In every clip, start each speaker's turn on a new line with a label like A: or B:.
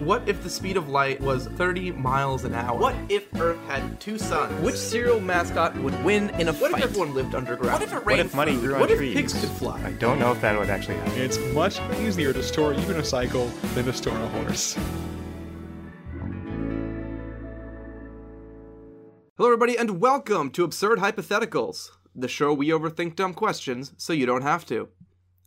A: What if the speed of light was 30 miles an hour?
B: What if Earth had two suns?
A: Which cereal mascot would win in a
B: What
A: fight?
B: if everyone lived underground?
A: What if it
B: rained?
A: rained
C: If money
A: food?
C: grew on
A: What if
C: trees.
A: pigs could fly?
C: I don't know if that would actually happen.
D: It's much easier to store even a cycle than to store a horse.
A: Hello, everybody, and welcome to Absurd Hypotheticals, the show we overthink dumb questions so you don't have to.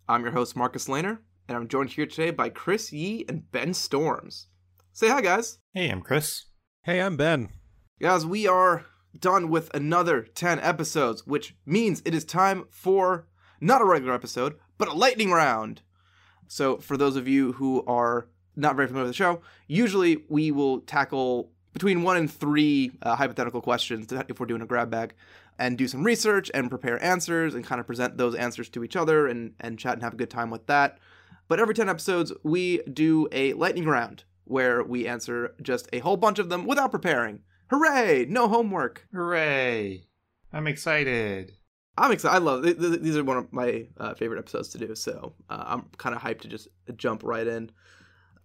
A: I'm your host, Marcus Lehner, and I'm joined here today by Chris Yee and Ben Storms. Say hi, guys.
C: Hey, I'm Chris.
E: Hey, I'm Ben.
A: Guys, we are done with another 10 episodes, which means it is time for not a regular episode, but a lightning round. So, for those of you who are not very familiar with the show, usually we will tackle between one and three uh, hypothetical questions that- if we're doing a grab bag and do some research and prepare answers and kind of present those answers to each other and, and chat and have a good time with that. But every 10 episodes, we do a lightning round where we answer just a whole bunch of them without preparing. Hooray! No homework.
C: Hooray! I'm excited.
A: I'm excited. I love th- th- these are one of my uh, favorite episodes to do. So uh, I'm kind of hyped to just jump right in.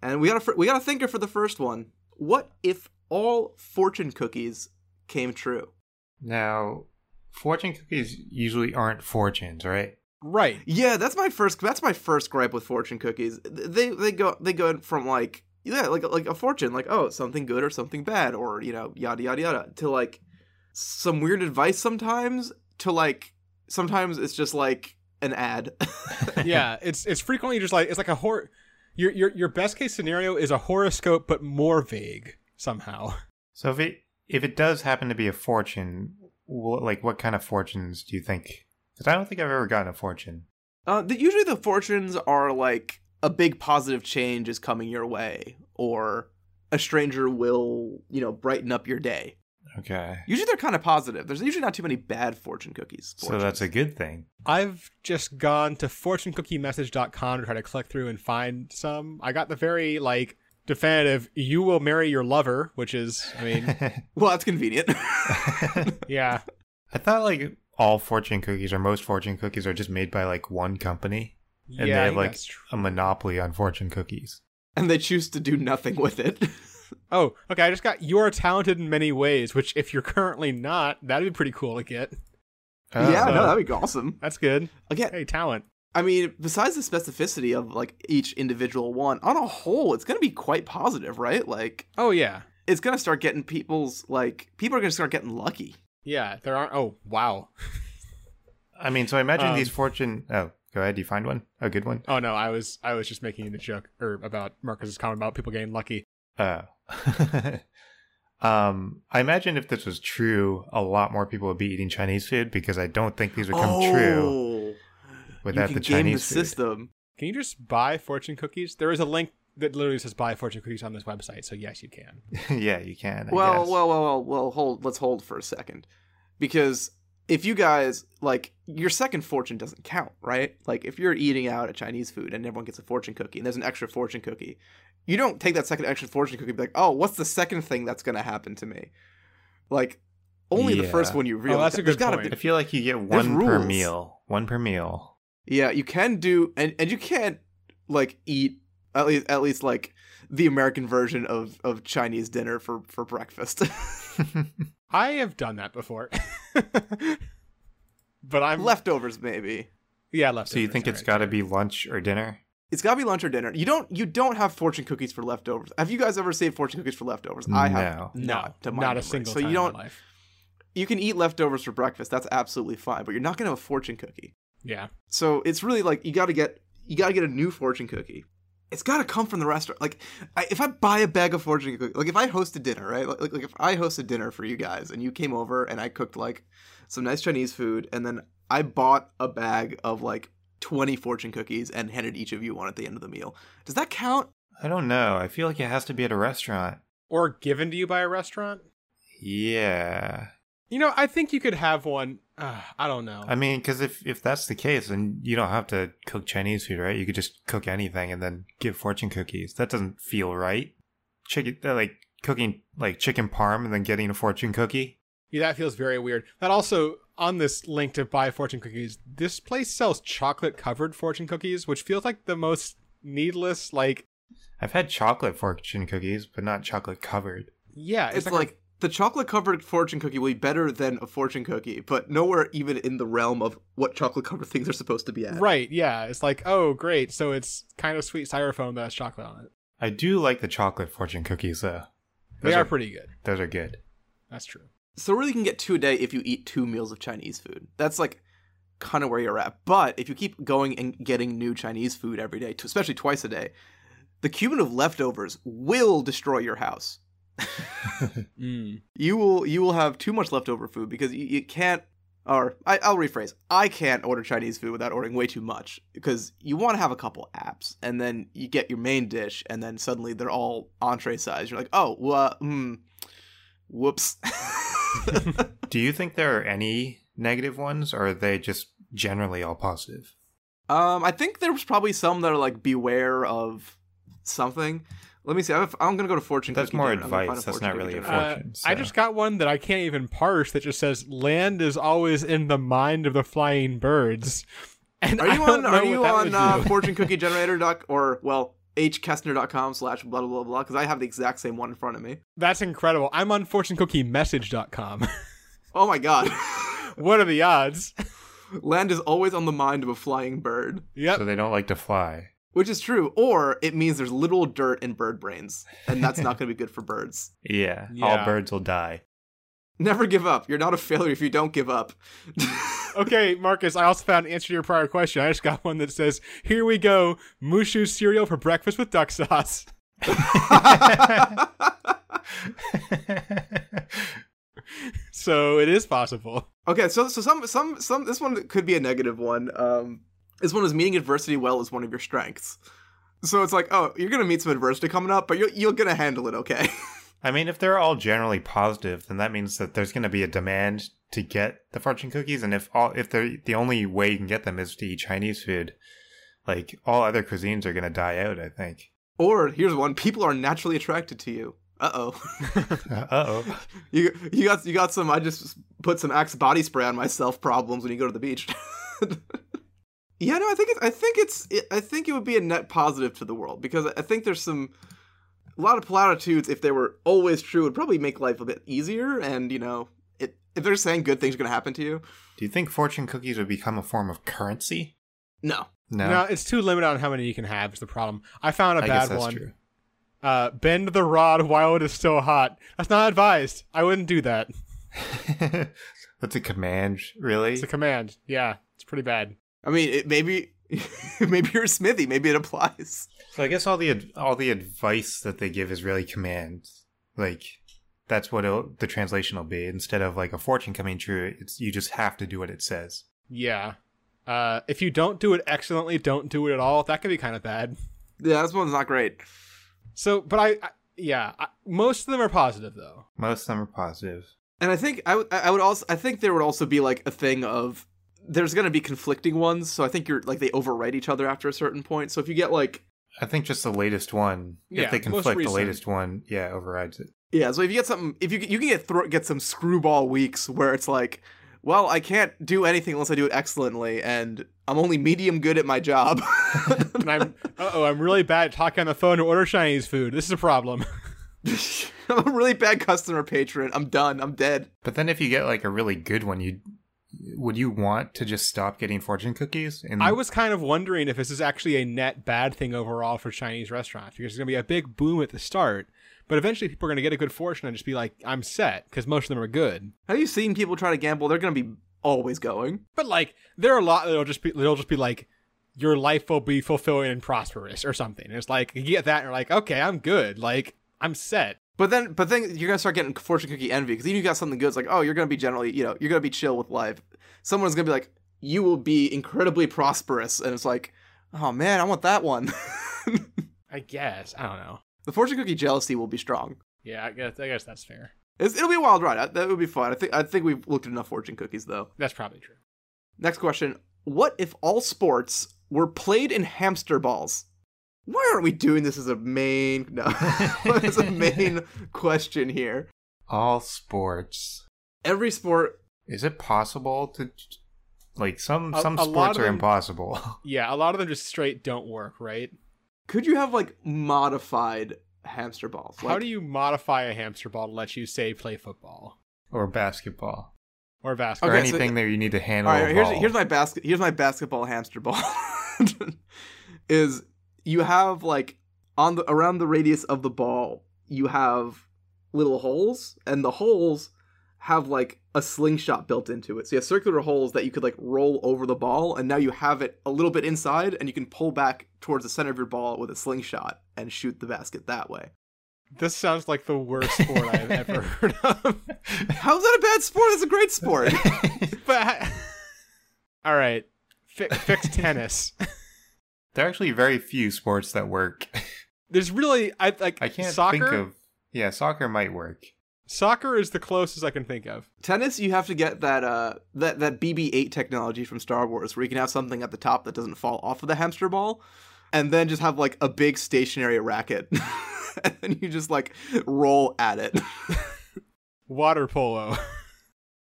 A: And we got a fir- we got a thinker for the first one. What if all fortune cookies came true?
C: Now, fortune cookies usually aren't fortunes, right?
E: Right.
A: Yeah, that's my first. That's my first gripe with fortune cookies. Th- They they go they go from like yeah like like a fortune like oh something good or something bad or you know yada yada yada to like some weird advice sometimes to like sometimes it's just like an ad.
E: yeah, it's it's frequently just like it's like a hor. Your your your best case scenario is a horoscope, but more vague somehow.
C: So if it if it does happen to be a fortune, wh- like what kind of fortunes do you think? Because I don't think I've ever gotten a fortune.
A: Uh, the, usually the fortunes are like a big positive change is coming your way, or a stranger will, you know, brighten up your day.
C: Okay,
A: Usually they're kind of positive. There's usually not too many bad fortune cookies.
C: so that's a good thing.
E: I've just gone to fortunecookiemessage.com to try to click through and find some. I got the very like definitive you will marry your lover, which is I mean,
A: well, that's convenient.
E: yeah.
C: I thought like all fortune cookies or most fortune cookies are just made by like one company, and
E: yeah, I
C: they have
E: think
C: like
E: that's tr-
C: a monopoly on fortune cookies.
A: and they choose to do nothing with it.
E: Oh, okay, I just got you are talented in many ways, which if you're currently not, that'd be pretty cool to get.
A: yeah,
C: Uh,
A: no, that'd be awesome.
E: That's good.
A: Again,
E: Hey, talent.
A: I mean, besides the specificity of like each individual one, on a whole, it's gonna be quite positive, right? Like,
E: Oh yeah.
A: it's gonna start getting people's like people are gonna start getting lucky.
E: Yeah, there aren't Oh, wow.
C: I mean, so I imagine
E: Um,
C: these fortune. Oh, go ahead. You find one, a good one.
E: Oh no, I was I was just making the joke or about Marcus's comment about people getting lucky.
C: Oh. um, I imagine if this was true, a lot more people would be eating Chinese food because I don't think these would come true
A: Oh, you
C: without
A: can
C: the
A: game
C: Chinese
A: the
C: food.
A: system.
E: Can you just buy fortune cookies? There is a link that literally says buy fortune cookies on this website, so yes, you can.
C: yeah, you can. I
A: Well,
C: guess.
A: well, well, well, well. Hold. Let's hold for a second, because if you guys like your second fortune doesn't count, right? Like if you're eating out at Chinese food and everyone gets a fortune cookie and there's an extra fortune cookie, you don't take that second extra fortune cookie and be like, oh, what's the second thing that's gonna happen to me? Like only the
C: Yeah.
A: first one you realize.
E: Oh, that's a
A: There's
E: good
A: gotta
E: point.
A: be-
C: I feel like you get one per
A: rules.
C: meal. One per meal.
A: Yeah, you can do, and and you can't like eat at least at least like the American version of of Chinese dinner for for breakfast.
E: I have done that before. but I'm
A: Leftovers maybe.
E: Yeah, left.
C: so you think it's got to be lunch or dinner?
A: It's got to be lunch or dinner. You don't you don't have fortune cookies for leftovers. Have you guys ever saved fortune cookies for leftovers? I have
C: No.
A: not to my
E: not a
A: memory.
E: single
A: So
E: time
A: you
E: in
A: don't
E: my life.
A: you can eat leftovers for breakfast. That's absolutely fine, but you're not going to have a fortune cookie.
E: Yeah.
A: So it's really like you got to get you got to get a new fortune cookie. It's got to come from the restaurant. Like I, if I buy a bag of fortune cookies, like if I host a dinner, right? Like, like like if I hosted dinner for you guys and you came over and I cooked like some nice Chinese food and then I bought a bag of like 20 fortune cookies and handed each of you one at the end of the meal. Does that count?
C: I don't know. I feel like it has to be at a restaurant.
E: Or given to you by a restaurant?
C: Yeah.
E: You know, I think you could have one. Uh, I don't know.
C: I mean, because if, if that's the case, then you don't have to cook Chinese food, right? You could just cook anything and then give fortune cookies. That doesn't feel right. Chicken, uh, like cooking like chicken parm and then getting a fortune cookie.
E: Yeah, that feels very weird. That also on this link to buy fortune cookies, this place sells chocolate covered fortune cookies, which feels like the most needless like
C: I've had chocolate fortune cookies, but not chocolate covered.
E: Yeah,
A: It's like the chocolate covered fortune cookie will be better than a fortune cookie, but nowhere even in the realm of what chocolate covered things are supposed to be at.
E: right. Yeah, it's like oh great, so it's kind of sweet styrofoam that has chocolate on it.
C: I do like the chocolate fortune cookies though.
E: They
C: Those
E: are pretty good.
C: Those are good.
E: That's true.
A: So really, you can get two a day if you eat two meals of Chinese food. That's like kind of where you're at. But if you keep going and getting new Chinese food every day, t- especially twice a day, the cumulative leftovers will destroy your house.
E: Mm.
A: You will you will have too much leftover food because you, you can't. Or I, I'll rephrase. I can't order Chinese food without ordering way too much because you want to have a couple apps, and then you get your main dish, and then suddenly they're all entree size. You're like, oh, well, uh, mm, whoops.
C: Do you think there are any negative ones, or are they just generally all positive?
A: Um, I think there was probably some that are like beware of something. Let me see. I have, I'm gonna go to fortune.
C: That's
A: cookie
C: more
A: dinner. I'm gonna find
C: advice. That's
A: fortune
C: not
A: cookie
C: really
A: dinner.
C: a
E: Uh,
C: Fortune,
E: I
C: so-
E: just got one that I can't even parse that just says land is always in the mind of the flying birds. And
A: Are you
E: I don't
A: on?
E: know
A: Are
E: what
A: you
E: that
A: on
E: would
A: uh,
E: do.
A: fortune cookie generator doc or well hkestner.com slash blah blah blah blah? Because I have the exact same one in front of me.
E: That's incredible. I'm on fortunecookiemessage.com.
A: Oh my god!
E: what are the odds?
A: Land is always on the mind of a flying bird,
E: Yep.
C: So they don't like to fly.
A: which is true, or it means there's little dirt in bird brains, and that's not gonna be good for birds.
C: Yeah,
E: Yeah.
C: all birds will die.
A: Never give up. You're not a failure if you don't give up.
E: Okay, Marcus, I also found an answer to your prior question. I just got one that says, Here we go, Mushu cereal for breakfast with duck sauce. So it is possible.
A: Okay, so so some some some this one could be a negative one. Um, this one is meeting adversity well is one of your strengths. So it's like, oh, you're gonna meet some adversity coming up, but you're you're gonna handle it, okay?
C: I mean, if they're all generally positive, then that means that there's going to be a demand to get the fortune cookies, and if all if they're the only way you can get them is to eat Chinese food, like all other cuisines are going to die out. I think.
A: or here's one: people are naturally attracted to you. Uh oh,
C: Uh oh.
A: you you got you got some. I just put some Axe body spray on myself. Problems when you go to the beach. yeah, no, I think it's, I think it's I think it would be a net positive to the world because I think there's some a lot of platitudes if they were always true would probably make life a bit easier and you know it, if they're saying good things are going to happen to you.
C: Do you think fortune cookies would become a form of currency?
A: No,
C: No.
E: Now, it's too limited on how many you can have, is the problem. I found a
C: I guess
E: bad
C: that's
E: one.
C: true.
E: Uh, bend the rod while it is still hot. That's not advised. I wouldn't do that.
C: That's a command, really.
E: It's a command. Yeah, it's pretty bad.
A: I mean it, maybe maybe you're a smithy. Maybe it applies.
C: So I guess all the ad- all the advice that they give is really commands. Like that's what it'll, the translation will be. Instead of like a fortune coming true, it's you just have to do what it says.
E: Yeah. Uh, if you don't do it excellently, don't do it at all. That can be kind of bad.
A: Yeah, this one's not great.
E: So, but I, I yeah, I, most of them are positive though.
C: Most of them are positive.
A: And I think I, w- I would also I think there would also be like a thing of there's going to be conflicting ones, so I think you're like they overwrite each other after a certain point. So if you get like
C: I think just the latest one.
E: Yeah,
C: if they
E: most
C: conflict, the
E: recent.
C: latest one, yeah, overrides it.
A: yeah, so if you get something if you you can get thro- get some screwball weeks where it's like, well, I can't do anything unless I do it excellently, and I'm only medium good at my job.
E: And I'm, uh oh, I'm really bad at talking on the phone to order Chinese food. This is a problem.
A: I'm a really bad customer patron. I'm done. I'm dead.
C: But then if you get like a really good one, you would you want to just stop getting fortune cookies? And
E: I was kind of wondering if this is actually a net bad thing overall for Chinese restaurants because there's going to be a big boom at the start, but eventually people are going to get a good fortune and just be like, I'm set because most of them are good.
A: Have you seen people try to gamble? They're going to be always going.
E: But like, there are a lot that'll just be that'll just be like, your life will be fulfilling and prosperous or something. And it's like you get that and you're like, okay, I'm good. Like I'm set.
A: But then, but then you're gonna start getting fortune cookie envy because then you got something good. It's like, oh, you're gonna be generally, you know, you're gonna be chill with life. Someone's gonna be like, you will be incredibly prosperous, and it's like, oh man, I want that one.
E: I guess I don't know.
A: the fortune cookie jealousy will be strong.
E: Yeah, I guess I guess that's fair.
A: It's, it'll be a wild ride. I, that would be fun. I think I think we've looked at enough fortune cookies though.
E: That's probably true.
A: Next question: What if all sports were played in hamster balls? Why aren't we doing this as a main no? as a main question here.
C: all sports.
A: Every sport
C: Is it possible to like some
E: A-
C: some
E: a lot
C: sports
E: of
C: are
E: them-
C: impossible?
E: Yeah, a lot of them just straight don't work, right?
A: Could you have like modified hamster balls? Like,
E: How do you modify a hamster ball to let you say play football
C: or basketball
E: or
C: or
E: basketball?
A: Okay, so-
C: anything that you need to handle.
A: All right,
C: a
A: here's
C: ball.
A: here's my basket. Here's my basketball hamster ball. is you have like on the around the radius of the ball, you have little holes, and the holes have like a slingshot built into it. So you have circular holes that you could like roll over the ball, and now you have it a little bit inside, and you can pull back towards the center of your ball with a slingshot and shoot the basket that way.
E: This sounds like the worst sport I've ever heard of.
A: How's that a bad sport? It's a great sport.
E: But all right, Fi fix tennis.
C: there are actually very few sports that work.
E: There's really I like
C: I can't
E: soccer.
C: think of. Yeah, soccer might work.
E: Soccer is the closest I can think of.
A: Tennis, you have to get that uh that that BB-8 technology from Star Wars, where you can have something at the top that doesn't fall off of the hamster ball, and then just have like a big stationary racket, and then you just like roll at it.
E: Water polo.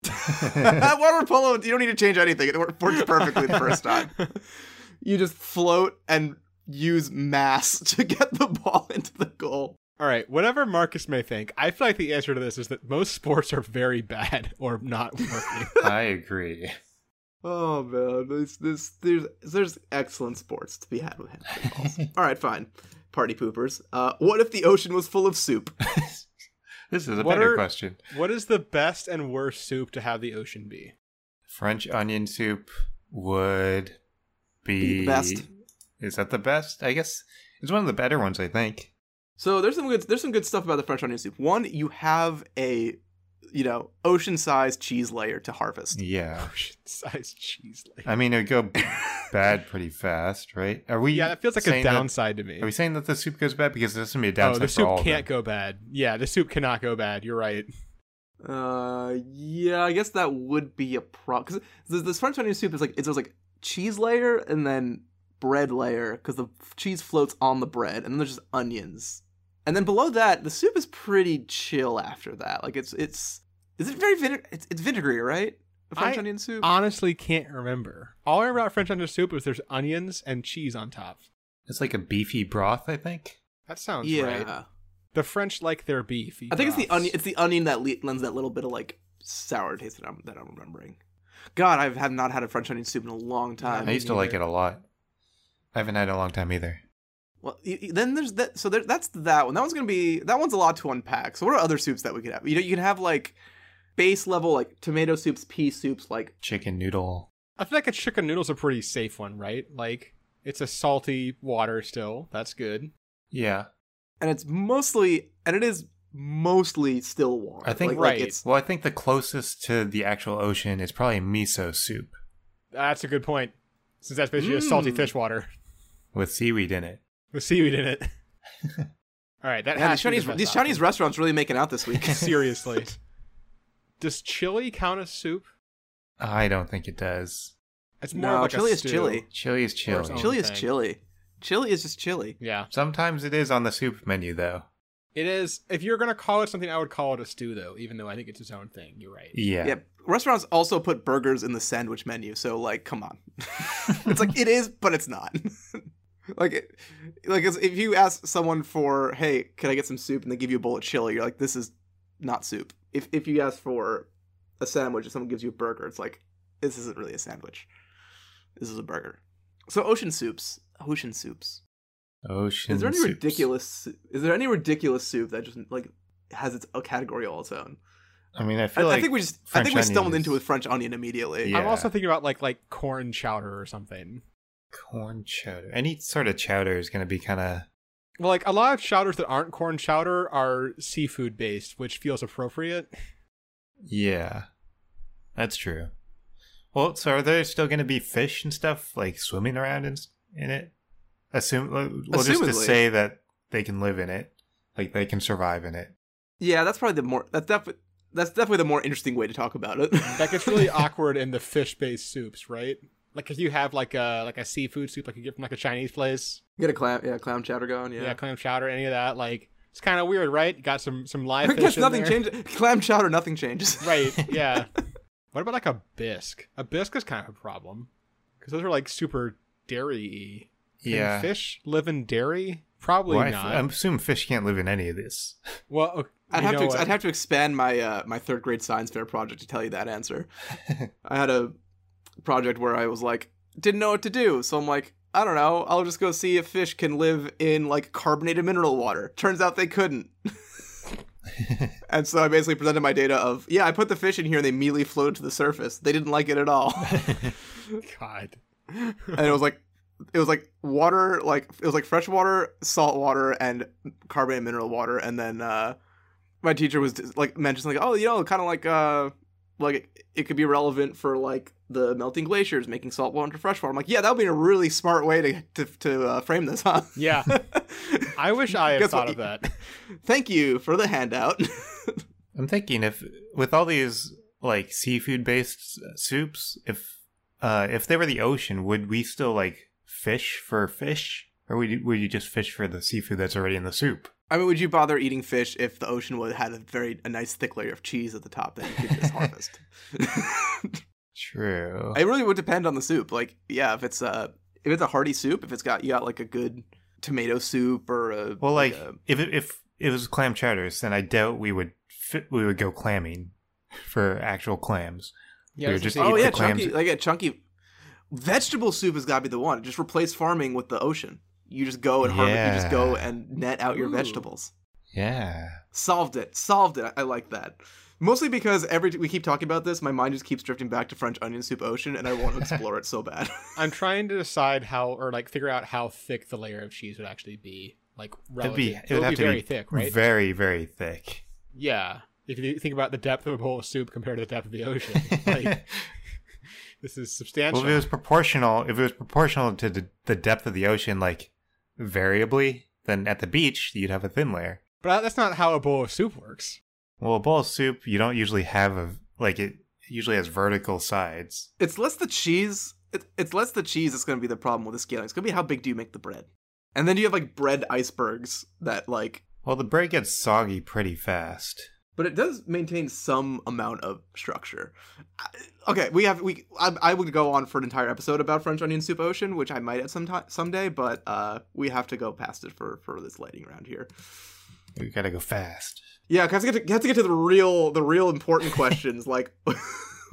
A: That water polo, you don't need to change anything; it wor- works perfectly the first time. You just float and use mass to get the ball into the goal.
E: All right, whatever Marcus may think, I feel like the answer to this is that most sports are very bad or not working.
C: I agree.
A: Oh man, this this there's there's excellent sports to be had with hamster balls. All right, fine. Party poopers. Uh, what if the ocean was full of soup?
C: This is a
E: What
C: better
E: are-
C: question.
E: what is the best and worst soup to have the ocean be?
C: French onion soup would be,
A: Be the best.
C: Is that the best? I guess it's one of the better ones. I think.
A: So there's some good there's some good stuff about the French onion soup. One, you have a you know ocean-sized cheese layer to harvest.
C: Yeah.
E: Ocean-sized cheese layer.
C: I mean, it would go bad pretty fast, right? Are we?
E: Yeah, that feels like a
C: saying that-
E: downside to me.
C: are we saying that the soup goes bad because this is gonna be a
E: oh,
C: downside
E: the
C: for
E: soup
C: all of
E: can't
C: them.
E: go bad. Yeah, the soup cannot go bad. You're right.
A: Uh, yeah, I guess that would be a problem because this, this French onion soup is like it's just like cheese layer and then bread layer because the f- cheese floats on the bread and then there's just onions and then below that the soup is pretty chill after that. Like it's it's is it very vinegar? It's, it's vinegary, right? The French
E: I-
A: onion soup.
E: Honestly, can't remember. All I remember about French onion soup is there's onions and cheese on top.
C: It's like a beefy broth, I think.
E: That sounds
A: yeah.
E: right. The French like their beef.
A: I think it's the
E: broths.
A: onion. It's the onion that le- lends that little bit of like sour taste that I'm that I'm remembering. God, I have not had a French onion soup in a long time.
C: I used to like it a lot. I haven't had it in a long time either.
A: Well, y- y- then there's that. So there, that's that one. That one's gonna be that one's a lot to unpack. So what are other soups that we could have? You know, you can have like base level like tomato soups, pea soups, like
C: Chicken noodle.
E: I feel like a chicken noodle's a pretty safe one, right? Like it's a salty water still. That's good.
C: Yeah,
A: and it's mostly and it is mostly still water.
C: I think
A: Like- like,
E: right.
A: it's
C: Well, I think the closest to the actual ocean is probably miso soup
E: That's a good point. Since that's basically just salty
A: Mm.
E: fish water
C: with seaweed in it.
E: with seaweed in it. All right, that
A: Man,
E: has
A: these
E: to be
A: Chinese
E: the best
A: these Chinese
E: option.
A: restaurants really making out this week.
E: seriously. Does chili count as soup?
C: I don't think it does.
E: It's more
A: No,
E: of like
A: chili
E: a
A: is
E: stew.
A: chili.
C: Chili is
E: Or
C: chili.
E: something.
A: chili is
E: thing.
A: chili. Chili is just chili.
E: Yeah,
C: Sometimes it is on the soup menu though.
E: it is. If you're gonna call it something, I would call it a stew, though. Even though I think it's its own thing. You're right.
C: Yeah.
A: Yeah. Restaurants also put burgers in the sandwich menu, so like, come on. it's like it is, but it's not. like, it, like it's- if you ask someone for, hey, can I get some soup, and they give you a bowl of chili, you're like, this is not soup. If if you ask for a sandwich and someone gives you a burger, it's like, this isn't really a sandwich. This is a burger. So ocean soups, ocean soups.
C: Ocean.
A: Is there any
C: soups.
A: ridiculous? Is there any ridiculous soup that just like has its a category all its own?
C: I mean, I
A: I,
C: feel like
A: I think we just I
C: French
A: think we stumbled
C: onion
A: into
C: is-
A: with French onion immediately.
C: Yeah.
E: I'm also thinking about like like corn chowder or something.
C: corn chowder. Any sort of chowder is going to be kind of
E: Well, like a lot of chowders that aren't corn chowder are seafood based, which feels appropriate.
C: yeah. That's true. Well, so are there still going to be fish and stuff like swimming around in s- in it? Assume well, just to
A: Assumedly.
C: say that they can live in it, like they can survive in it.
A: Yeah, that's probably the more that's definitely that's definitely the more interesting way to talk about it.
E: That gets really awkward in the fish based soups, right? Like if you have like a like a seafood soup, like you get from like a Chinese place,
A: Get a clam, yeah, clam chowder going.
E: yeah,
A: Yeah,
E: clam chowder, any of that, like it's kind of weird, right? You got some some live.
A: I guess
E: fish in
A: nothing
E: there.
A: changes. Clam chowder, nothing changes.
E: Right? Yeah. what about like a bisque? A bisque is kind of a problem because those are like super dairy. Can
C: yeah. um,
E: fish live in dairy? Probably
C: Well, I
E: not.
C: f- I assume fish can't live in any of this.
E: well, okay,
A: I'd
E: you
A: have
E: know
A: to ex-
E: what?
A: I'd have to expand my uh, my third grade science fair project to tell you that answer. I had a project where I was like didn't know what to do, so I'm like I don't know. I'll just go see if fish can live in like carbonated mineral water. Turns out they couldn't. and so I basically presented my data of yeah, I put the fish in here and they immediately floated to the surface. They didn't like it at all.
E: God.
A: and it was like it was like water like it was like fresh water salt water and carbonated mineral water and then uh my teacher was just, like mentioned like oh you know kind of like uh like it, it could be relevant for like the melting glaciers making salt water into fresh water i'm like yeah that would be a really smart way to to, to uh, frame this huh
E: Yeah, I wish I had
A: Guess what
E: thought of
A: you-
E: that.
A: thank you for the handout
C: I'm thinking if with all these like seafood based soups, if uh if they were the ocean, would we still like fish for fish, or would you, would you just fish for the seafood that's already in the soup?
A: i mean would you bother eating fish if the ocean would had a very a nice thick layer of cheese at the top that you could just harvest
C: True.
A: It really would depend on the soup. Like, yeah, if it's a if it's a hearty soup, if it's got you got like a good tomato soup or a
C: well, like
A: a-
C: if it, if it was clam chowders, then I doubt we would fit, we would go clamming for actual clams.
E: Yeah,
C: We
E: that's
C: would just
E: what I'm
A: oh
C: eat
A: yeah,
C: the clams.
A: chunky like a chunky vegetable soup has got to be the one. Just replace farming with the ocean. You just go and harvest. You just go
C: Yeah.
A: and net out your
B: Ooh.
A: vegetables.
C: Yeah.
A: Solved it. Solved it. I, I like that. Mostly because every t- we keep talking about this, my mind just keeps drifting back to French onion soup ocean, and I want to explore it so bad.
E: I'm trying to decide how, or like figure out how thick the layer of cheese would actually be. Like,
C: It'd
E: relative.
C: be, it would
E: It'll
C: have
E: be
C: to
E: very
C: be
E: thick, right?
C: Very very thick.
E: yeah. If you think about the depth of a bowl of soup compared to the depth of the ocean, like, this is substantial.
C: Well, if it was proportional, if it was proportional to the, the depth of the ocean, like variably, then at the beach you'd have a thin layer.
E: but that's not how a bowl of soup works.
C: Well, a bowl of soup you don't usually have a like it usually has vertical sides.
A: It's less the cheese. It, it's less the cheese that's going to be the problem with the scaling. It's going to be how big do you make the bread, and then you have like bread icebergs that like.
C: Well, the bread gets soggy pretty fast.
A: But it does maintain some amount of structure. I- Okay, we have we. I, I would go on for an entire episode about French onion soup ocean, which I might at some time someday. But uh, we have to go past it for for this lighting round here.
C: You gotta go fast.
A: Yeah, 'cause I have to get to, have to get to the real the real important questions like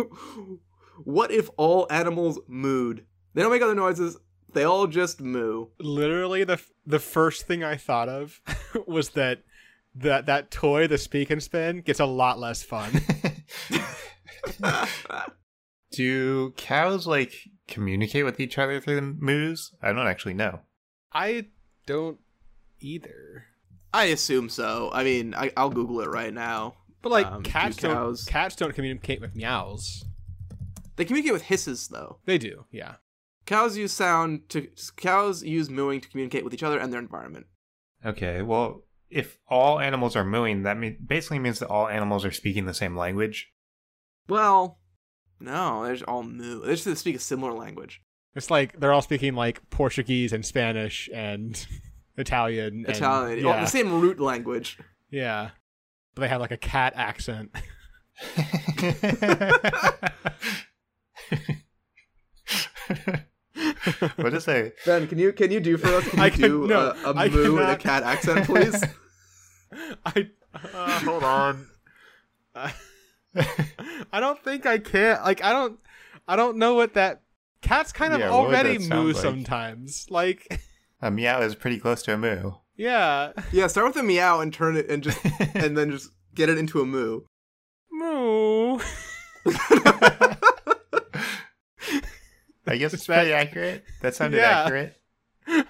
A: what if all animals mooed? They don't make other noises. They all just moo.
E: Literally, the f- the first thing I thought of was that that that toy, the speak and spin, gets a lot less fun.
C: Do cows like communicate with each other through the moos? I don't actually know.
E: I don't either.
A: I assume so. I mean, I, I'll Google it right now.
E: But like
A: Um, do
E: cats don't
A: cows-
E: cats don't communicate with meows.
A: They communicate with hisses, though.
E: They do, yeah.
A: Cows use sound to cows use mooing to communicate with each other and their environment.
C: Okay, well, if all animals are mooing, that mean, basically means that all animals are speaking the same language.
A: Well, no, they just all moo. They just speak a similar language.
E: It's like they're all speaking like Portuguese and Spanish and Italian. and-
A: Italian,
E: yeah,
A: all the same root language.
E: yeah. But they have like a cat accent.
C: what is that?
A: Ben, can you can you do for us? Can
E: I
A: you
E: can-
A: do
E: no,
A: uh, a
E: I
A: moo in a
E: cannot.
A: cat accent, please?
E: I uh, hold on. I I don't think I can. Like I don't. I don't know what that. Cats kind of
C: Yeah, what would
E: already
C: that sound
E: moo
C: like?
E: sometimes. Like
C: A meow is pretty close to a moo.
E: yeah,
A: yeah, start with a meow and turn it and just and then just get it into a moo.
E: moo.
C: I guess it's pretty accurate. That sounded
E: Yeah.
C: accurate.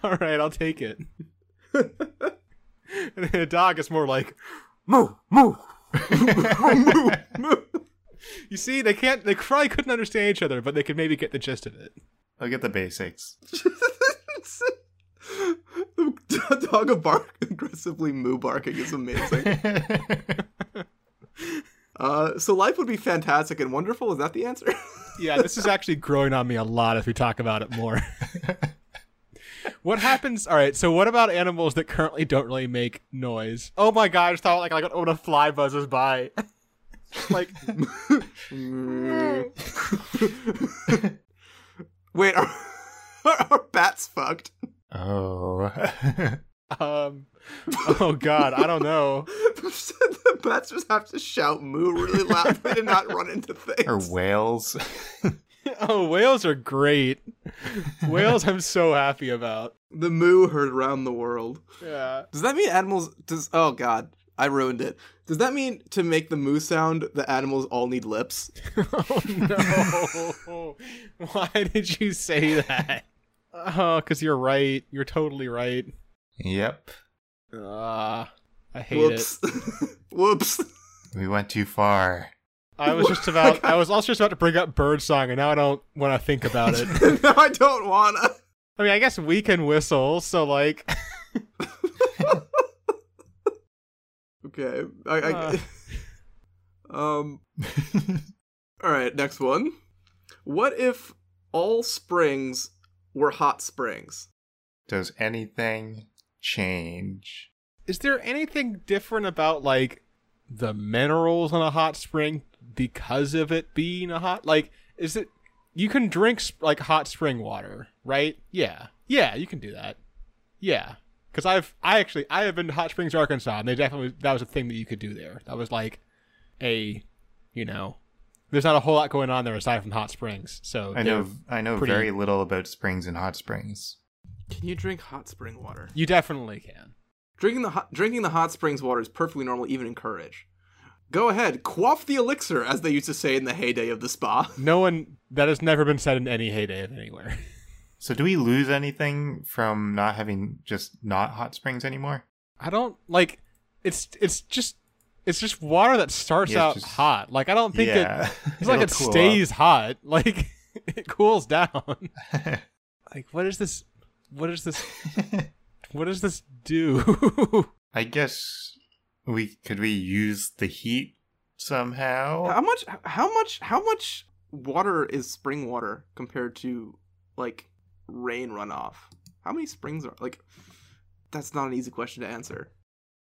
E: All right, I'll take it. and then a dog is more like
A: Moo, moo, moo, moo.
E: you see they can't they probably couldn't understand each other, but they could maybe get the gist of it.
C: I'll get the basics.
A: the dog of bark aggressively moo barking is amazing. Uh, so life would be fantastic and wonderful. Is that the answer?
E: Yeah, this is actually growing on me a lot if we talk about it more. what happens? All right, so what about animals that currently don't really make noise? Oh my god, I just thought like like when a fly buzzes by. like
A: Wait, are, are bats fucked?
C: Oh.
E: Um, oh God, I don't know.
B: the bats just have to shout moo really loudly to not run into things.
C: or whales.
E: Oh, whales are great. Whales, I'm so happy about.
A: The moo heard around the world.
E: Yeah.
A: Does that mean animals? Does oh god, I ruined it. Does that mean to make the moo sound, the animals all need lips?
E: Oh no! Why did you say that? Oh, because you're right. You're totally right.
C: Yep.
E: Ah, I hate it.
A: Whoops. Whoops.
C: We went too far.
E: I was just about. I was also just about to bring up birdsong, and now I don't want to think about it.
A: no, I don't wanna.
E: I mean, I guess we can whistle, so like,
A: Okay. I, I, um.
C: That's
A: All right. Next one. What if all springs were hot springs?
C: Does anything change?
E: is there anything different about like the minerals in a hot spring because of it being a hot? Like, is it? You can drink sp- like hot spring water, right? Yeah, yeah, you can do that. Yeah, because I've I actually I have been to Hot Springs, Arkansas, and they definitely that was a thing that you could do there. That was like a, you know, there's not a whole lot going on there aside from hot springs. So
C: I know I know
E: pretty-
C: very little about springs and hot springs.
A: Can you drink hot spring water?
E: you definitely can.
A: Drinking the hot, drinking the hot springs water is perfectly normal, even encouraged. Go ahead, quaff the elixir, as they used to say in the heyday of the spa.
E: No one that has never been said in any heyday of anywhere.
C: So do we lose anything from not having just not hot springs anymore?
E: I don't like it's it's just it's just water that starts
C: Yeah,
E: out
C: it's just-
E: hot. Like I don't think it it's like it
C: It'll cool up.
E: stays hot. Like it cools down. like what is this what is this what does this do?
C: I guess we could we use the heat somehow?
A: How much? How much? How much water is spring water compared to like rain runoff? How many springs are like? That's not an easy question to answer.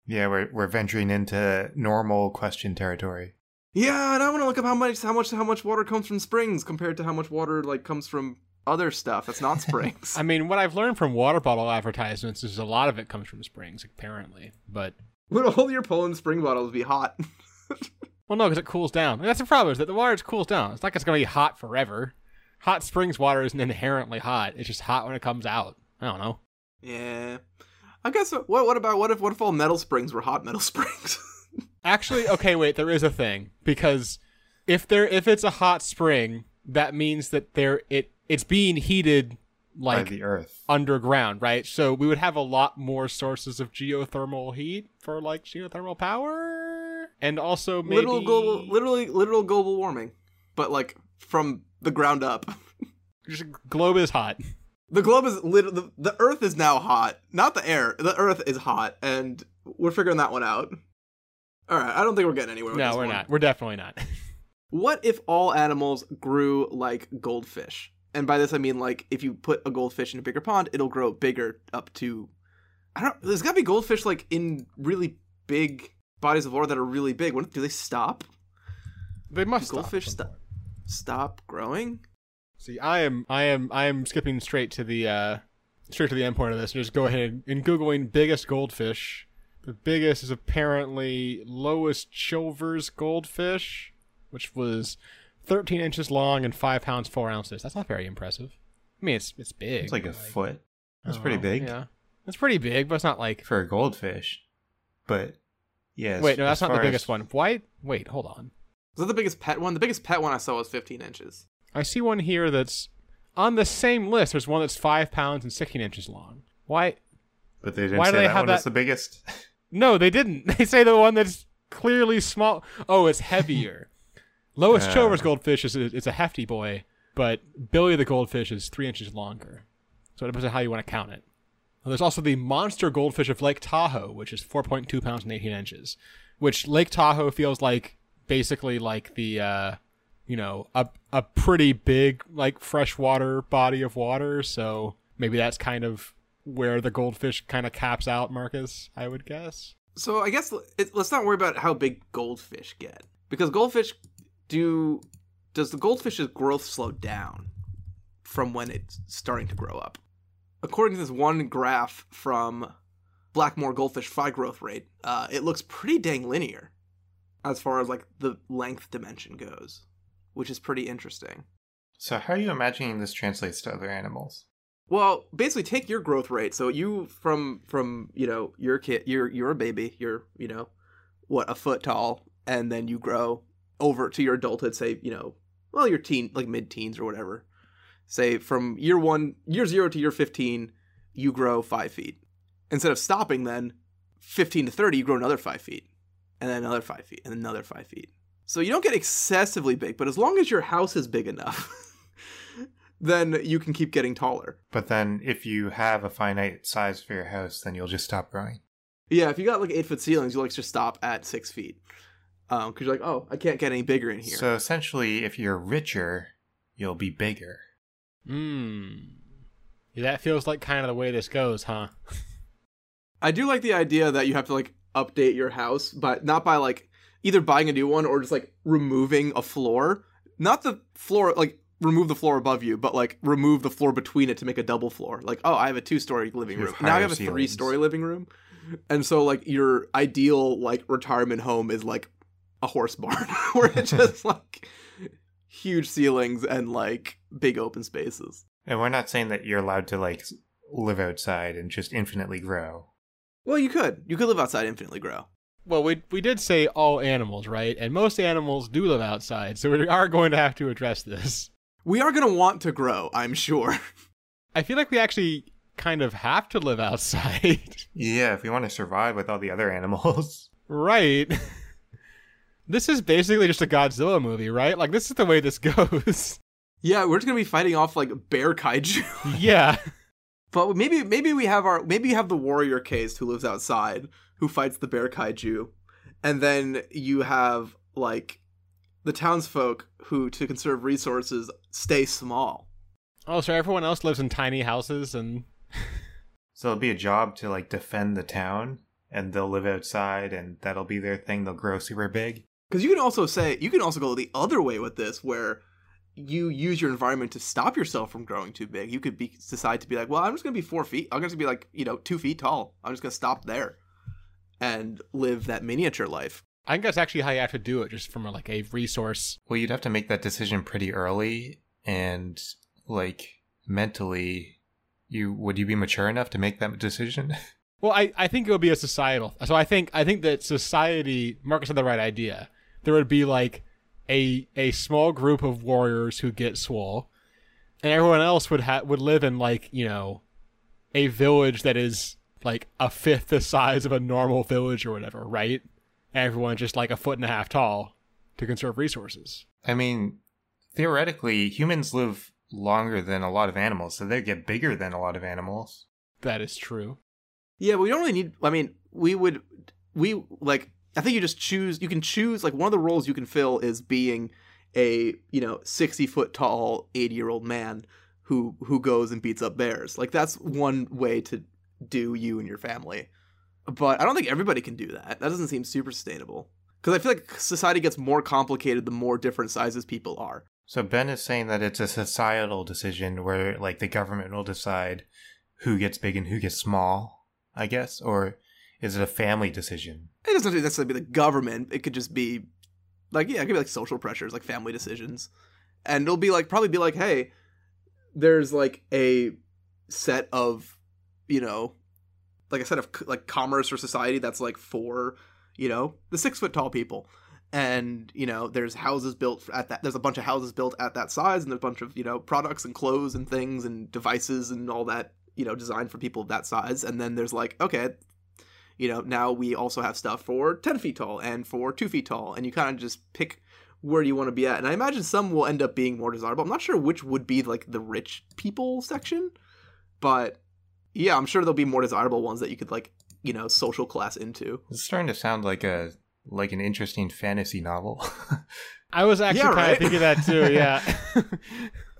C: yeah, we're we're venturing into normal question territory.
A: Yeah, and I want to look up how much, how much, how much water comes from springs compared to how much water like comes from other stuff that's not springs.
E: I mean, what I've learned from water bottle advertisements is a lot of it comes from springs apparently, but
A: Would all your Poland spring bottles be hot?
E: well, no, because it cools down. that's the problem is that the water just cools down. It's not like it's going to be hot forever. Hot springs water isn't inherently hot. It's just hot when it comes out. I don't know.
A: yeah, I guess. uh, What? What about what if what if all metal springs were hot metal springs?
E: Actually, okay, wait, there is a thing because if there if it's a hot spring, that means that there it it's being heated
C: by
E: like
C: the earth.
E: underground, right? So we would have a lot more sources of geothermal heat for like geothermal power and also maybe
A: Literal global, literally literal global warming, but like from the ground up.
E: just globe is hot.
A: The globe is lit. The, the Earth is now hot, not the air. The Earth is hot, and we're figuring that one out. All right, I don't think we're getting anywhere. With
E: No,
A: this
E: we're
A: one.
E: not. We're definitely not.
A: What if all animals grew like goldfish? And by this I mean like if you put a goldfish in a bigger pond, it'll grow bigger up to. I don't. There's got to be goldfish like in really big bodies of water that are really big. What do they stop?
E: They must stop
A: Goldfish
E: at some
A: stop.
E: point.
A: Stop growing?
E: See, I am I am I am skipping straight to the uh straight to the end point of this and just go ahead and, and googling biggest goldfish. The biggest is apparently Lois Chilvers goldfish, which was thirteen inches long and five pounds four ounces. That's not very impressive. I mean it's it's big.
C: It's like a
E: but,
C: foot. That's
E: I don't
C: pretty
E: know.
C: big
E: Yeah. It's pretty big, but it's not like
C: for a goldfish. But yeah, as-
E: Wait, no,
C: as
E: that's not the
C: far as-
E: biggest one. Why wait, hold on.
A: Is that the biggest pet one? The biggest pet one I saw was 15 inches.
E: I see one here that's on the same list, there's one that's five pounds and sixteen inches long. Why
C: But they didn't
E: Why do
C: say
E: they
C: that
E: have
C: one was
E: that-
C: the biggest.
E: No, they didn't. They say the one that's clearly small. Oh, it's heavier. Lois
C: Uh.
E: Chover's goldfish is it's a hefty boy, but Billy the goldfish is three inches longer. So it depends on how you want to count it. And there's also the monster goldfish of Lake Tahoe, which is 4.2 pounds and 18 inches, which Lake Tahoe feels like basically like the, uh, you know, a a pretty big like freshwater body of water. So maybe that's kind of where the goldfish kind of caps out, Marcus. I would guess.
A: So I guess l- it, let's not worry about how big goldfish get because goldfish do. Does the goldfish's growth slow down from when it's starting to grow up? according to this one graph from Blackmore Goldfish Fry Growth Rate, uh, it looks pretty dang linear as far as like the length dimension goes, which is pretty interesting.
C: So how are you imagining this translates to other animals?
A: Well, basically take your growth rate. So you from from, you know, your kid you're you're a baby, you're, you know, what, a foot tall, and then you grow over to your adulthood, say, you know, well, your teen like mid teens or whatever. Say from year one year zero to year fifteen, you grow five feet. Instead of stopping then, fifteen to thirty, you grow another five feet. And then another five feet and another five feet. So you don't get excessively big, but as long as your house is big enough, then you can keep getting taller.
C: But then if you have a finite size for your house, then you'll just stop growing.
A: Yeah, if you got like eight foot ceilings, you like just stop at six feet, because you're like, oh, I can't get any bigger in here.
C: So essentially, if you're richer, you'll be bigger.
E: Mm. Yeah, that feels like kind of the way this goes, huh?
A: I do like the idea that you have to like update your house, but not by like either buying a new one or just like removing a floor. Not the floor, like remove the floor above you, but like remove the floor between it to make a double floor. Like, oh, I have a two story living
C: You
A: room.
C: have
A: Now I
C: higher
A: have a
C: ceilings.
A: three story living room. And so like your ideal like retirement home is like a horse barn where it's just like huge ceilings and like big open spaces.
C: And we're not saying that you're allowed to like live outside and just infinitely grow.
A: Well, you could. You could live outside infinitely grow.
E: Well, we we did say all animals, right? And most animals do live outside, so we are going to have to address this.
A: We are going to want to grow, I'm sure.
E: I feel like we actually kind of have to live outside,
C: Yeah, if you want to survive with all the other animals.
E: right? This is basically just a Godzilla movie, right? Like this is the way this goes.
A: yeah, we're just going to be fighting off like bear kaiju.
E: yeah.
A: But maybe maybe we have our maybe you have the warrior case who lives outside who fights the bear kaiju, and then you have like the townsfolk who to conserve resources stay small.
E: Oh, so everyone else lives in tiny houses and
C: So it'll be a job to like defend the town and they'll live outside and that'll be their thing. They'll grow super big.
A: Because you can also say you can also go the other way with this where you use your environment to stop yourself from growing too big. You could be decide to be like, well, I'm just gonna be four feet. I'm just gonna be like you know two feet tall. I'm just gonna stop there, and live that miniature life.
E: I think that's actually how you have to do it, just from a, like a resource.
C: Well, you'd have to make that decision pretty early and like mentally you would you be mature enough to make that decision?
E: Well, I, I think it would be a societal. So I think I think that society, Marcus had the right idea. There would be like a a small group of warriors who get swole, and everyone else would ha- would live in like you know, a village that is like a fifth the size of a normal village or whatever, right? And everyone just like a foot and a half tall to conserve resources.
C: I mean, theoretically, humans live longer than a lot of animals, so they get bigger than a lot of animals.
E: That is true.
A: Yeah, but we don't really need. I mean, we would. We like. I think you just choose. You can choose. Like one of the roles you can fill is being a you know sixty foot tall eighty year old man who who goes and beats up bears. Like that's one way to do you and your family. But I don't think everybody can do that. That doesn't seem super sustainable. Because I feel like society gets more complicated the more different sizes people are.
C: So Ben is saying that it's a societal decision where like the government will decide who gets big and who gets small, I guess, or is it a family decision?
A: It doesn't have to necessarily be the government. It could just be like yeah, it could be like social pressures, like family decisions. And it'll be like probably be like, hey, there's like a set of, you know, like a set of c- like commerce or society that's like for, you know, the six foot tall people. And, you know, there's houses built at that there's a bunch of houses built at that size and there's a bunch of, you know, products and clothes and things and devices and all that, you know, designed for people of that size. And then there's like, okay, you know now we also have stuff for 10 feet tall and for 2 feet tall and you kind of just pick where you want to be at and i imagine some will end up being more desirable i'm not sure which would be like the rich people section but yeah i'm sure there'll be more desirable ones that you could like you know social class into
C: It's starting to sound like a like an interesting fantasy novel.
E: I was actually
A: Yeah,
E: kind
A: right?
E: of thinking that too. Yeah.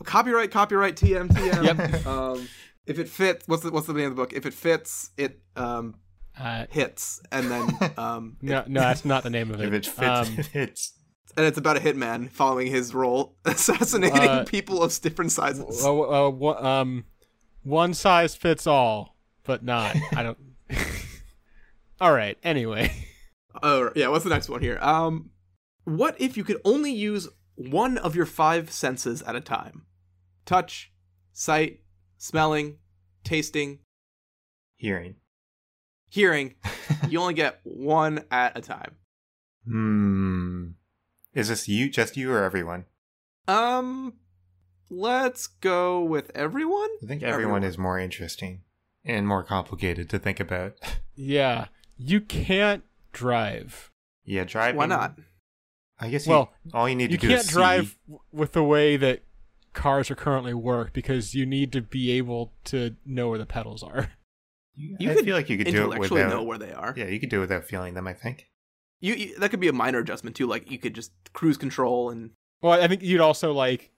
A: copyright copyright tm tm
E: Yep.
A: um, if it fits what's the, what's the name of the book if it fits it um,
E: uh,
A: hits and then um,
E: no, no, that's not the name of
C: if
E: it.
C: it fits,
E: Um,
C: it fits.
A: and it's about a hitman following his role assassinating
E: Uh,
A: people of different sizes
E: Well, well, well, uh, um, one size fits all, but not. I don't. all right. Anyway,
A: Oh, yeah. What's the next one here? Um, what if you could only use one of your five senses at a time? Touch, sight, smelling, tasting,
C: Hearing.
A: hearing. you only get one at a time.
C: Hmm. Is this you, just you, or everyone?
A: Um, let's go with everyone.
C: I think everyone,
A: Everyone.
C: is more interesting and more complicated to think about.
E: yeah, you can't drive.
C: yeah, driving.
A: Why not?
C: I guess. You,
E: Well,
C: all you need
E: You
C: to do
E: can't
C: is see.
E: drive w- with the way that cars are currently work because you need to be able to know where the pedals are.
A: You
C: I
A: could
C: feel like you could do it
A: intellectually
C: without.
A: know where they are.
C: yeah, you could do it without feeling them. I think.
A: You, you that could be a minor adjustment too. Like you could just cruise control and
E: Well, I think you'd also like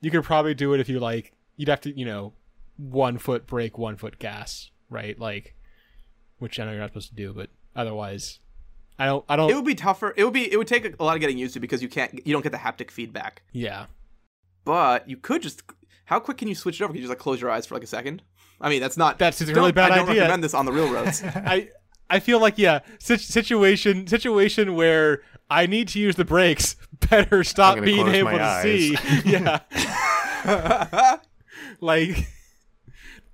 E: you could probably do it if you like you'd have to, you know, one foot brake, one foot gas, right? Like which I know you're not supposed to do, but otherwise I don't
C: Oh.
E: I don't
A: it would be tougher. It would be it would take a lot of getting used to because you can't you don't get the haptic feedback.
E: yeah.
A: But you could just how quick can you switch it over? Can you just like close your eyes for like a second? I mean that's not
E: That's just a
A: don't-
E: really bad
A: I don't
E: idea.
A: recommend this on the real roads.
E: I I feel like yeah, sit- situation situation where I need to use the brakes, better stop
C: gonna
E: being
C: close
E: able
C: my
E: to
C: eyes.
E: see. yeah. like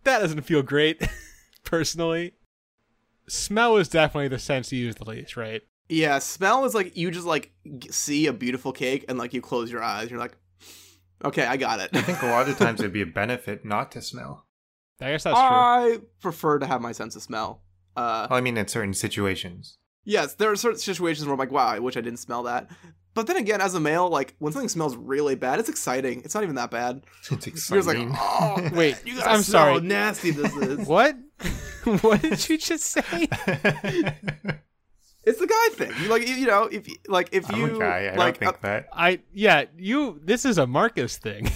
E: that doesn't feel great personally. Smell is definitely the sense you use the least, right?
A: yeah, smell is like you just like g- see a beautiful cake and like you close your eyes. You're like, okay, I got it.
C: I think a lot of times it'd be a benefit not to smell.
E: I guess that's true.
A: I prefer to have my sense of smell. Uh,
C: Well, I mean, in certain situations.
A: Yes, there are certain situations where I'm like, wow, I wish I didn't smell that. But then again, as a male, like when something smells really bad, it's exciting. It's not even that bad.
C: It's
A: You're just
C: exciting.
A: like, oh,
E: Wait,
A: you gotta
E: I'm
A: smell
E: sorry.
A: how nasty this is.
E: What? what did you just say?
A: it's the guy thing. You, like you, you know, if you- like if
C: I'm
A: you
C: a guy. I
A: like,
C: don't think
A: uh,
C: that.
E: I yeah, you this is a Marcus thing.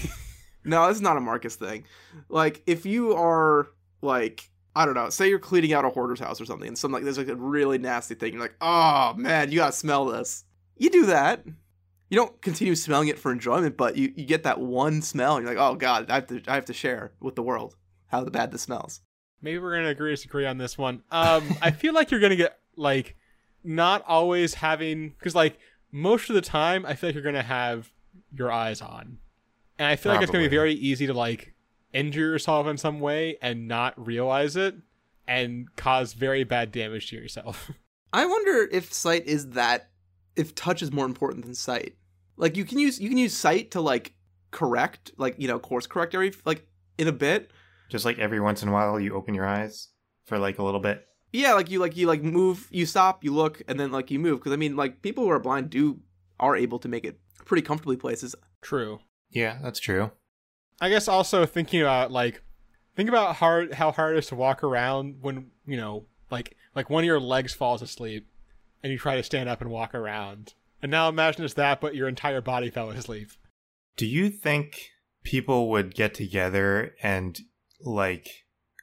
A: no, this is not a Marcus thing. Like if you are like. I don't know. Say you're cleaning out a hoarder's house or something, and some like there's like a really nasty thing. You're like, oh man, you gotta smell this. You do that. You don't continue smelling it for enjoyment, but you, you get that one smell, and you're like, oh god, I have to I have to share with the world how bad this smells.
E: Maybe we're gonna agree to disagree on this one. Um, I feel like you're gonna get like not always having because like most of the time I feel like you're gonna have your eyes on, and I feel like it's gonna be
C: Probably.
E: very easy to like injure yourself in some way and not realize it and cause very bad damage to yourself.
A: I wonder if sight is that if touch is more important than sight. Like you can use you can use sight to like correct, like you know, course correct every like in a bit.
C: Just like every once in a while, you open your eyes for like a little bit.
A: Yeah, like you like you like move, you stop, you look, and then like you move. Because I mean, like people who are blind do are able to make it pretty comfortably places.
E: True.
C: Yeah, that's true.
E: I guess also thinking about like think about hard how hard it is to walk around when you know like like one of your legs falls asleep and you try to stand up and walk around. And now imagine it's that, but your entire body fell asleep.
C: Do you think people would get together and like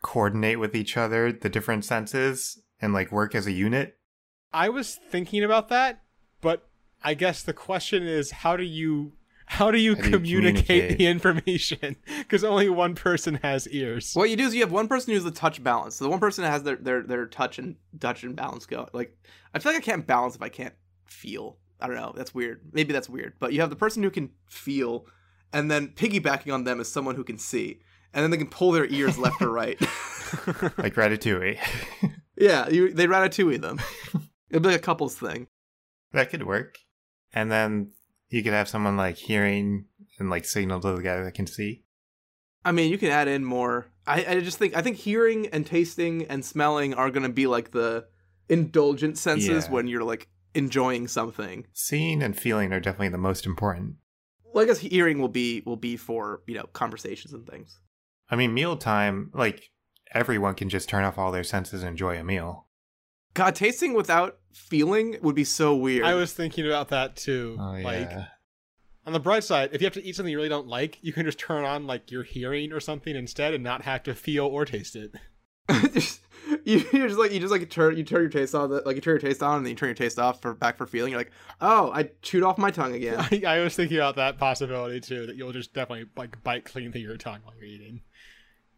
C: coordinate with each other the different senses and like work as a unit?
E: I was thinking about that, but I guess the question is how do you how do you,
C: How do you
E: communicate,
C: communicate?
E: the information? Because only one person has ears.
A: What you do is you have one person who's the touch balance. So the one person that has their their their touch and touch and balance go. Like I feel like I can't balance if I can't feel. I don't know. That's weird. Maybe that's weird. But you have the person who can feel, and then piggybacking on them is someone who can see, and then they can pull their ears left or right.
C: Like Ratatouille.
A: yeah, you, they ratatouille them. It'd be like a couples thing.
C: that could work. And then you could have someone like hearing and like signal to the guy that can see.
A: I mean, you can add in more. I, I just think I think hearing and tasting and smelling are gonna be like the indulgent senses
C: Yeah.
A: when you're like enjoying something.
C: Seeing and feeling are definitely the most important.
A: Well, I guess hearing will be will be for you know conversations and things.
C: I mean, mealtime, like everyone can just turn off all their senses and enjoy a meal.
A: God, tasting without feeling would be so weird.
E: I was thinking about that too.
C: Oh,
E: Like
C: yeah.
E: on the bright side, if you have to eat something you really don't like, you can just turn on like your hearing or something instead and not have to feel or taste it.
A: just, you, you're just like you just like turn you turn your taste on like you turn your taste on and then you turn your taste off for back for feeling. You're like, oh, I chewed off my tongue again.
E: I, I was thinking about that possibility too, that you'll just definitely like bite clean through your tongue while you're eating.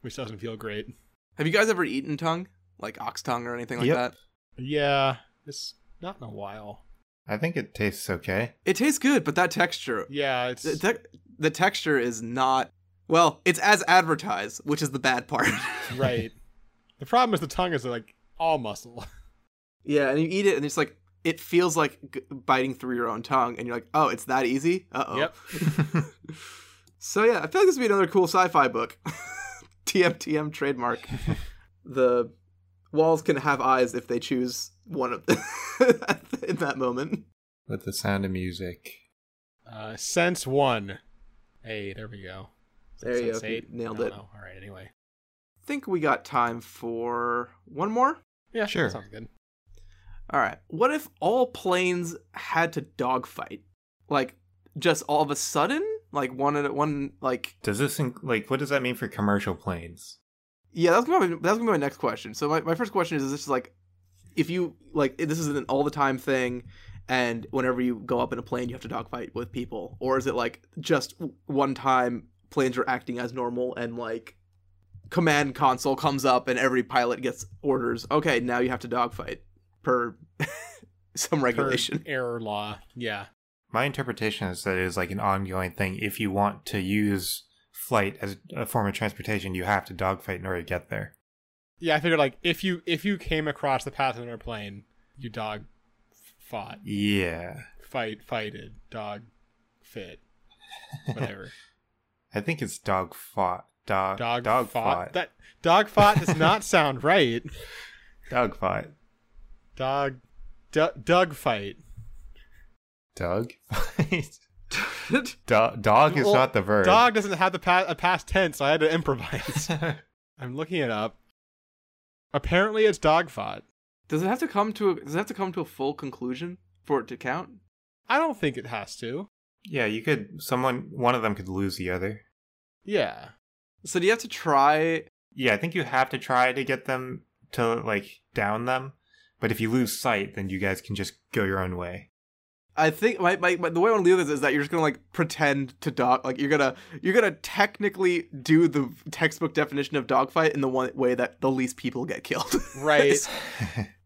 E: which doesn't feel great.
A: Have you guys ever eaten tongue, like ox tongue or anything like
C: Yep.
A: that?
E: Yeah, it's not in a while.
C: I think it tastes okay.
A: It tastes good, but that texture,
E: Yeah, it's
A: the, te- the texture is not. Well, it's as advertised, which is the bad part.
E: right. The problem is the tongue is like all muscle.
A: yeah, and you eat it, and it's like it feels like g- biting through your own tongue, and you're like, oh, it's that easy. Uh oh.
E: Yep.
A: So yeah, I feel like this would be another cool sci-fi book. TMTM trademark. the walls can have eyes if they choose one of them in that moment.
C: With the sound of music.
E: Uh, sense one. Hey, there we go. Is that
A: There you
E: sense
A: go.
E: eight?
A: Nailed
E: I
A: it.
E: don't know. All right. Anyway.
A: I think we got time for one more.
E: Yeah.
C: Sure.
E: Sounds good.
A: All right. What if all planes had to dogfight? Like just all of a sudden, like one at one like
C: Does this inc- like what does that mean for commercial planes?
A: Yeah, that's gonna be, that's gonna be my next question. So my, my first question is: Is this like, if you like, this is an all the time thing, and whenever you go up in a plane, you have to dogfight with people, or is it like just w- one time planes are acting as normal and like command console comes up and every pilot gets orders? Okay, now you have to dogfight per some regulation.
E: Per error law. Yeah.
C: My interpretation is that it is like an ongoing thing. If you want to use flight as a form of transportation, you have to dogfight in order to get there.
E: Yeah. I figured like if you if you came across the path of an airplane, you dog f- fought,
C: Yeah.
E: fight, fighted, dog fit, whatever.
C: I think it's dog fought. Dog
E: Dog,
C: dog
E: fought.
C: fought.
E: That dog fought does not sound right.
C: Dog fought.
E: Dog, du- dog fight.
C: Dog fight. Do- dog is
E: Well,
C: not the verb.
E: Dog doesn't have the pa- a past tense, so I had to improvise. I'm looking it up. Apparently, it's dog fought.
A: Does it have to come to a, does it have to come to a full conclusion for it to count?
E: I don't think it has to.
C: yeah, you could someone one of them could lose the other.
E: Yeah.
A: So do you have to try?
C: Yeah, I think you have to try to get them to like down them. But if you lose sight, then you guys can just go your own way.
A: I think my, my, my the way I want to do this is that you're just gonna like pretend to dog like you're gonna you're gonna technically do the textbook definition of dogfight in the one way that the least people get killed.
E: Right.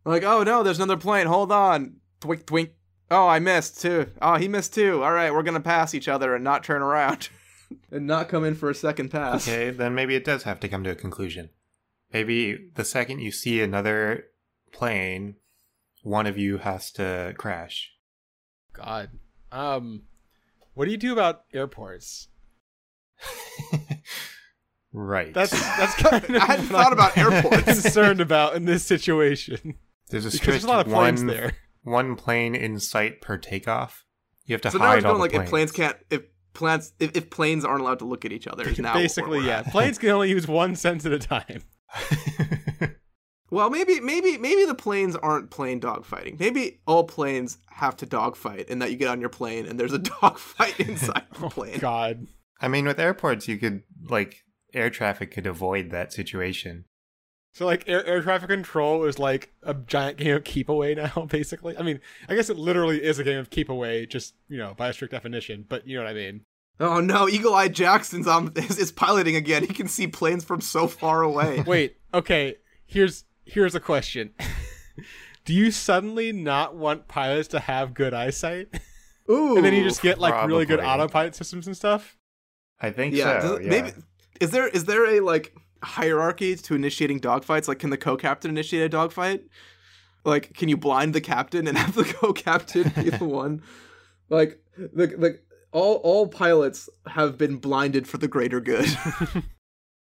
A: like oh no, there's another plane. Hold on, twink twink. Oh, I missed too. Oh, he missed too. All right, we're gonna pass each other and not turn around and not come in for a second pass.
C: Okay, then maybe it does have to come to a conclusion. Maybe the second you see another plane, one of you has to crash.
E: God. Um, what do you do about airports?
C: Right.
E: That's that's kind of
B: I hadn't thought about airports.
E: concerned about in this situation
C: there's a
E: because there's
C: strict
E: a lot of planes
C: one,
E: there.
C: one plane in sight per takeoff. You have to
A: So now
C: hide
A: it's going
C: all
A: like
C: the
A: if planes can't if plans if, if planes aren't allowed to look at each other. is now where
E: Basically,
A: we're
E: yeah,
A: at.
E: planes can only use one sense at a time.
A: Well, maybe, maybe, maybe the planes aren't plane dogfighting. Maybe all planes have to dogfight, and that you get on your plane and there's a dogfight inside the plane.
E: Oh, God.
C: I mean, with airports, you could like air traffic could avoid that situation.
E: So like air, air traffic control is like a giant game of keep away now, basically. I mean, I guess it literally is a game of keep away, just you know, by a strict definition. But you know what I mean.
A: Oh no, Eagle Eye Jackson's on is, is piloting again. He can see planes from so far away.
E: Wait, okay. Here's here's a question. Do you suddenly not want pilots to have good eyesight,
A: Ooh,
E: and then you just get like really good
C: probably.
E: autopilot systems and stuff?
C: I think
A: yeah,
C: so.
A: does-
C: yeah.
A: maybe is there is there a like hierarchy to initiating dogfights? Like, can the co-captain initiate a dogfight? Like, can you blind the captain and have the co-captain be the one? Like, the the all all pilots have been blinded for the greater good.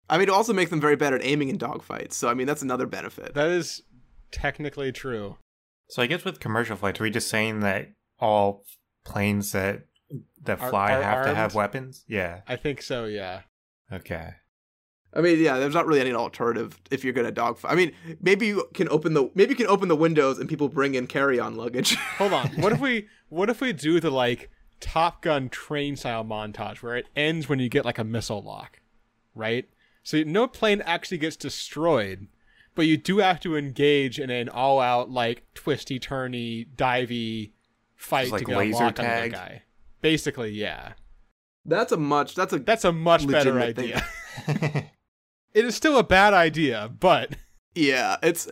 A: I mean, it also makes them very bad at aiming in dogfights. So, I mean, that's another benefit.
E: That is technically true.
C: So I guess with commercial flights, are we just saying that all planes that that
E: Are-
C: fly
E: are
C: have to have
E: armed?
C: weapons? Yeah.
E: I think so. Yeah.
C: Okay.
A: I mean, yeah, there's not really any alternative if you're gonna dogfight. I mean, maybe you can open the maybe you can open the windows and people bring in carry-on luggage.
E: Hold on. What if we what if we do the like Top Gun train style montage where it ends when you get like a missile lock, right? So no plane actually gets destroyed, but you do have to engage in an all out like twisty turny divey fight
C: Just, like,
E: to get
C: laser
E: a lock on
C: tag.
E: the guy. Basically, yeah.
A: that's a much. That's a
E: That's a much better
A: Legitimate thing.
E: idea. It is still a bad idea, but
A: Yeah, it's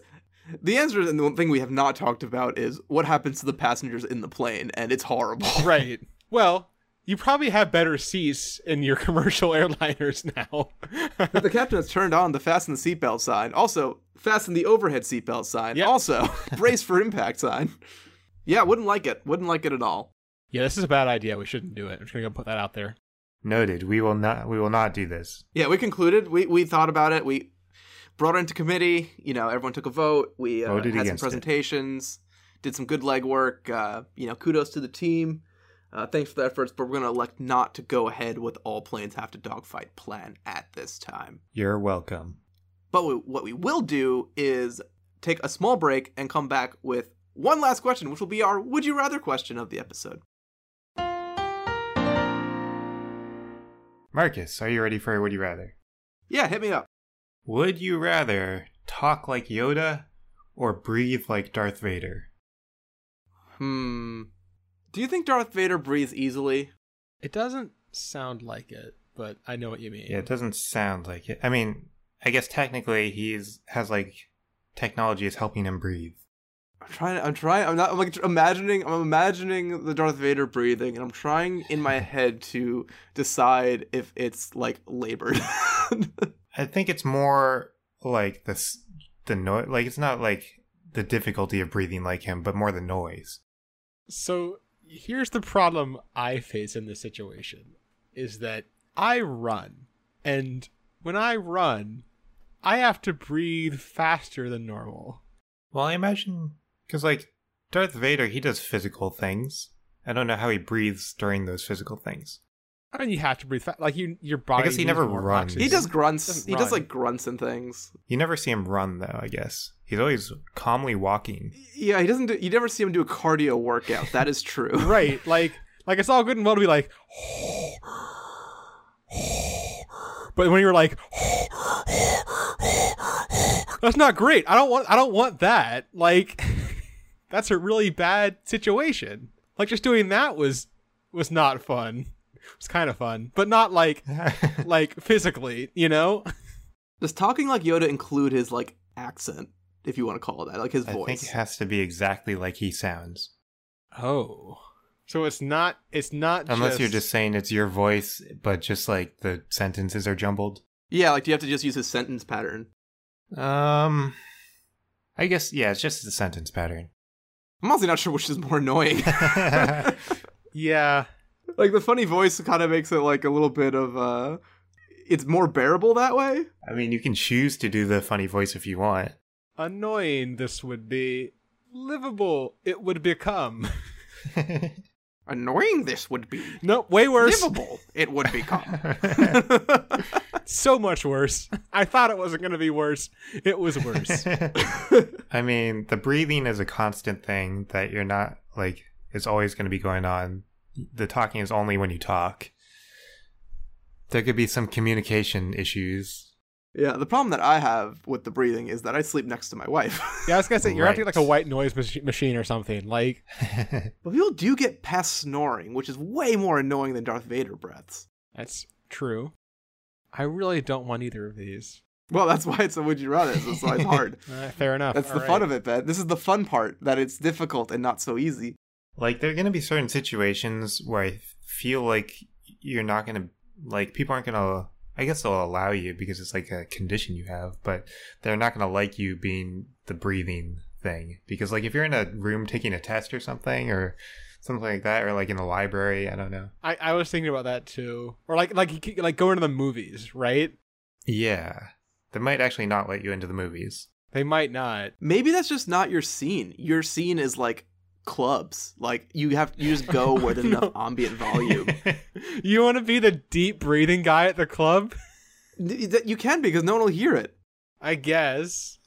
A: the answer and the one thing we have not talked about is what happens to the passengers in the plane, and it's horrible.
E: right. Well, you probably have better seats in your commercial airliners now.
A: But the captain has turned on the fasten the seatbelt sign. Also, fasten the overhead seatbelt sign.
E: Yep.
A: Also, brace for impact sign. Yeah, wouldn't like it. Wouldn't like it at all.
E: yeah, this is a bad idea. We shouldn't do it. I'm just gonna go put that out there.
C: Noted. We will not. We will not do this.
A: Yeah, we concluded. We we thought about it. We brought it into committee. You know, everyone took a vote. We uh,
C: Voted
A: had some
C: against it.
A: presentations. Did some good legwork. Uh, you know, kudos to the team. Uh, thanks for the efforts, but we're going to elect not to go ahead with all planes have to dogfight plan at this time.
C: You're welcome.
A: But we, what we will do is take a small break and come back with one last question, which will be our would you rather question of the episode.
C: Marcus, are you ready for Would You Rather?
A: Yeah, hit me up.
C: Would you rather talk like Yoda or breathe like Darth Vader?
A: Hmm. Do you think Darth Vader breathes easily?
E: It doesn't sound like it, but I know what you mean.
C: Yeah, it doesn't sound like it. I mean, I guess technically he's has like technology is helping him breathe.
A: I'm trying. I'm trying. I'm not. I'm like imagining. I'm imagining the Darth Vader breathing, and I'm trying in my head to decide if it's like labored.
C: I think it's more like this the noise. Like it's not like the difficulty of breathing like him, but more the noise.
E: So here's the problem I face in this situation is that I run and when I run I have to breathe faster than normal.
C: Well, I imagine because like Darth Vader, he does physical things. I don't know how he breathes during those physical things.
E: I mean you have to breathe fa- like you your body
C: guess he
E: needs
C: never
E: more
C: runs.
E: oxygen.
A: he does grunts.
E: Doesn't
A: He does
E: run.
A: like grunts and things.
C: You never see him run though. I guess he's always calmly walking.
A: Yeah, he doesn't. Do, you never see him do a cardio workout. That is true.
E: right like like it's all good and well to be like but when you're like that's not great i don't want i don't want that like that's a really bad situation like just doing that was was not fun it was kind of fun but not like like physically you know
A: Does talking like Yoda include his like accent, if you want to call it that, like his
C: I think
A: voice?
C: it has to be exactly like he sounds.
E: oh so it's not it's not
C: Unless you're just saying it's your voice, but just like the sentences are jumbled.
A: yeah, like do you have to just use his sentence pattern?
C: Um, I guess yeah, it's just the sentence pattern.
A: I'm honestly not sure which is more annoying.
E: yeah
A: like the funny voice kind of makes it like a little bit of uh, it's more bearable that way.
C: I mean, you can choose to do the funny voice if you want.
E: annoying this would be livable it would become
A: Annoying this would be.
E: no way worse
A: Livable it would become.
E: so much worse i thought it wasn't going to be worse it was worse
C: I mean, the breathing is a constant thing that you're not like it's always going to be going on. The talking is only when you talk. There could be some communication issues.
A: yeah, the problem that I have with the breathing is that I sleep next to my wife.
E: yeah i was going to say you're acting
C: Right.
E: like a white noise mach- machine or something like
A: but people do get past snoring, which is way more annoying than Darth Vader breaths.
E: that's true i really don't want either of these
A: Well, that's why it's a would you rather. So it's like hard.
E: Uh, fair enough
A: That's
E: All
A: the
E: right.
A: fun of it, Ben. This is the fun part that it's difficult and not so easy.
C: like there are going to be certain situations where I feel like you're not going to like people aren't going to I guess they'll allow you because it's like a condition you have, but they're not going to like you being the breathing thing because like if you're in a room taking a test or something or something like that or like in a library, I don't know.
E: I, I was thinking about that too or like like you could- like going to the movies right
C: Yeah. They might actually not let you into the movies.
E: they might not
A: Maybe that's just not your scene. Your scene is like clubs. Like you have you just go where there's enough ambient volume.
E: you want to be the deep breathing guy at the club
A: Th- that You can because no one will hear it.
E: i guess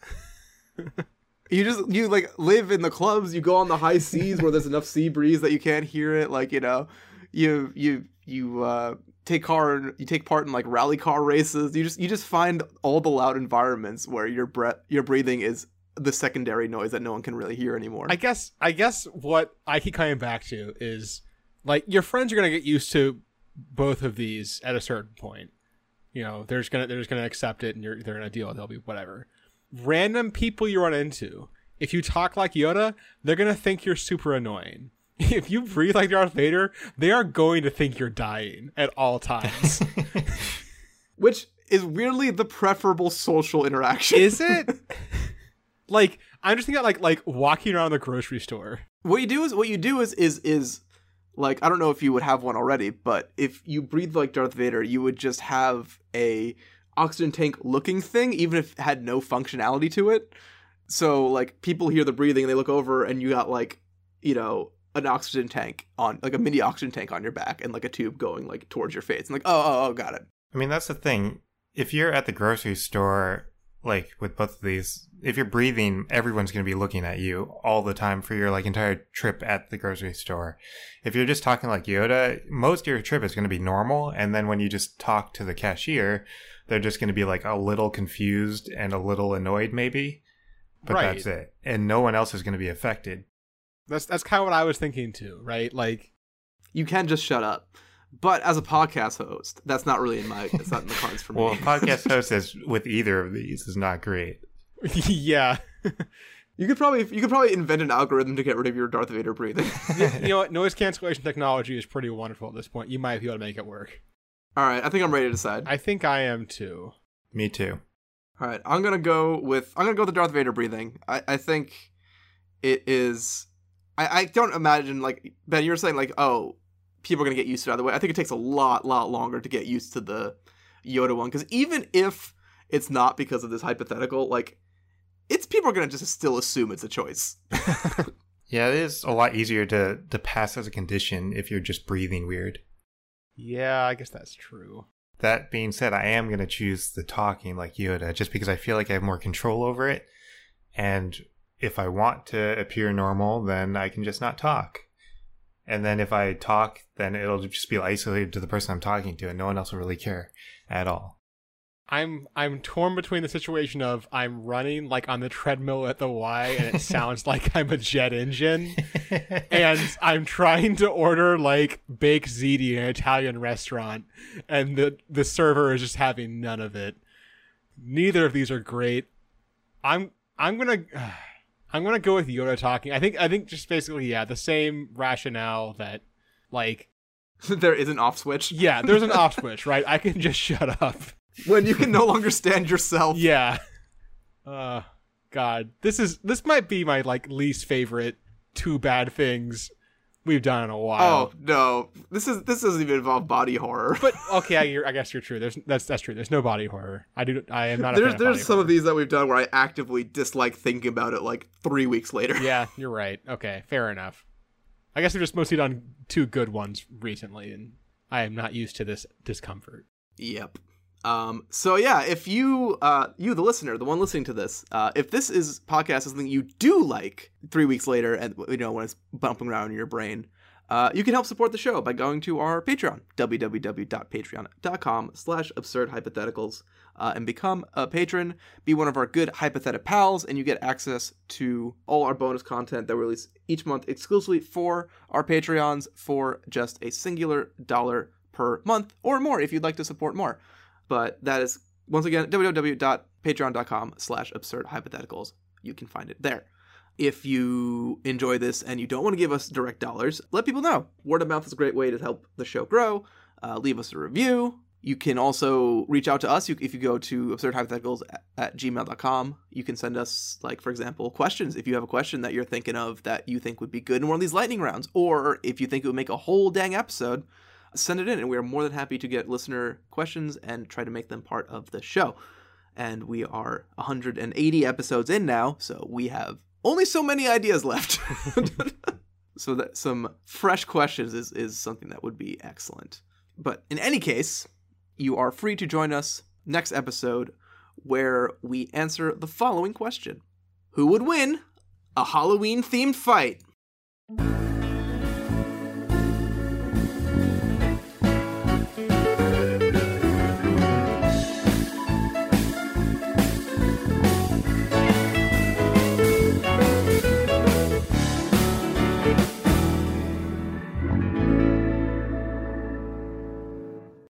A: You just you like live in the clubs. You go on the high seas where there's enough sea breeze that you can't hear it. Like you know, you you you uh, take car you take part in like rally car races. You just you just find all the loud environments where your breath your breathing is the secondary noise that no one can really hear anymore.
E: I guess I guess what I keep coming back to is like your friends are gonna get used to both of these at a certain point. You know, they're just gonna they're just gonna accept it, and you're they're gonna deal. with it. They'll be whatever. Random people you run into. If you talk like Yoda, they're gonna think you're super annoying. If you breathe like Darth Vader, they are going to think you're dying at all times.
A: Which is weirdly the preferable social interaction.
E: Is it? like I'm just thinking about, like like walking around the grocery store.
A: what you do is what you do is is is like I don't know if you would have one already, but if you breathe like Darth Vader, you would just have a oxygen tank looking thing, even if it had no functionality to it. So like people hear the breathing and they look over and you got like you know an oxygen tank on like a mini oxygen tank on your back and like a tube going like towards your face and like oh oh oh got it
C: I mean, that's the thing. If you're at the grocery store, like with both of these, if you're breathing, everyone's going to be looking at you all the time for your like entire trip at the grocery store. If you're just talking like Yoda, most of your trip is going to be normal. And then when you just talk to the cashier, they're just going to be like a little confused and a little annoyed, maybe. But
E: Right.
C: that's it. And no one else is going to be affected.
E: That's that's kind of what I was thinking too, right? Like
A: you can just shut up. But as a podcast host, that's not really in my that's not in the cards for me.
C: Well, a podcast host is with either of these is not great.
E: yeah.
A: you could probably you could probably invent an algorithm to get rid of your Darth Vader breathing.
E: you know what? Noise cancellation technology is pretty wonderful at this point. You might be able to make it work.
A: All right, I think I'm ready to decide.
E: I think I am too.
C: Me too.
A: All right, I'm gonna go with I'm gonna go with the Darth Vader breathing. I, I think it is. I, I don't imagine like Ben. You were saying like oh, people are gonna get used to it either way. I think it takes a lot lot longer to get used to the Yoda one because even if it's not because of this hypothetical, like it's people are gonna just still assume it's a choice.
C: Yeah, it is a lot easier to to pass as a condition if you're just breathing weird.
E: Yeah, I guess that's true.
C: That being said, I am going to choose the talking like Yoda just because I feel like I have more control over it. And if I want to appear normal, then I can just not talk. And then if I talk, then it'll just be isolated to the person I'm talking to and no one else will really care at all.
E: I'm I'm torn between the situation of I'm running like on the treadmill at the Y and it sounds like I'm a jet engine and I'm trying to order like baked ziti in an Italian restaurant and the the server is just having none of it. Neither of these are great. I'm I'm going to I'm going to go with Yoda talking. I think I think just basically yeah, the same rationale that like
A: there is an off switch
E: yeah, there's an off switch, right? I can just shut up.
A: when you can no longer stand yourself.
E: Yeah. Uh God. This is this might be my like least favorite two bad things we've done in a
A: Oh
E: while.
A: no, this is this doesn't even involve body horror.
E: But okay, I, you're- I guess you're true. There's that's that's true. There's no body horror. I do I am not a
A: There's
E: fan
A: there's
E: of
A: some
E: body
A: of these that we've done where I actively dislike thinking about it like three weeks later.
E: horror. Yeah, you're right. Okay, fair enough. I guess we've just mostly done two good ones recently and I am not used to this discomfort.
A: Yep. Um, so yeah, if you, uh, you the listener, the one listening to this, uh, if this is podcast is something you do like three weeks later, and you know when it's bumping around in your brain, uh, you can help support the show by going to our Patreon, www.patreon.com slash absurd hypotheticals, uh, and become a patron, be one of our good hypothetical pals, and you get access to all our bonus content that we release each month exclusively for our Patreons for just a singular dollar per month or more if you'd like to support more. But that is, once again, www.patreon.com slash absurd hypotheticals. You can find it there. If you enjoy this and you don't want to give us direct dollars, let people know. Word of mouth is a great way to help the show grow. Uh, leave us a review. You can also reach out to us You- if you go to absurdhypotheticals at, at gmail.com. You can send us, like, for example, questions. If you have a question that you're thinking of that you think would be good in one of these lightning rounds, or if you think it would make a whole dang episode, send it in, and we are more than happy to get listener questions and try to make them part of the show. And we are 180 episodes in now, so we have only so many ideas left. so that some fresh questions is, is something that would be excellent. But in any case, you are free to join us next episode where we answer the following question Who would win a Halloween themed fight?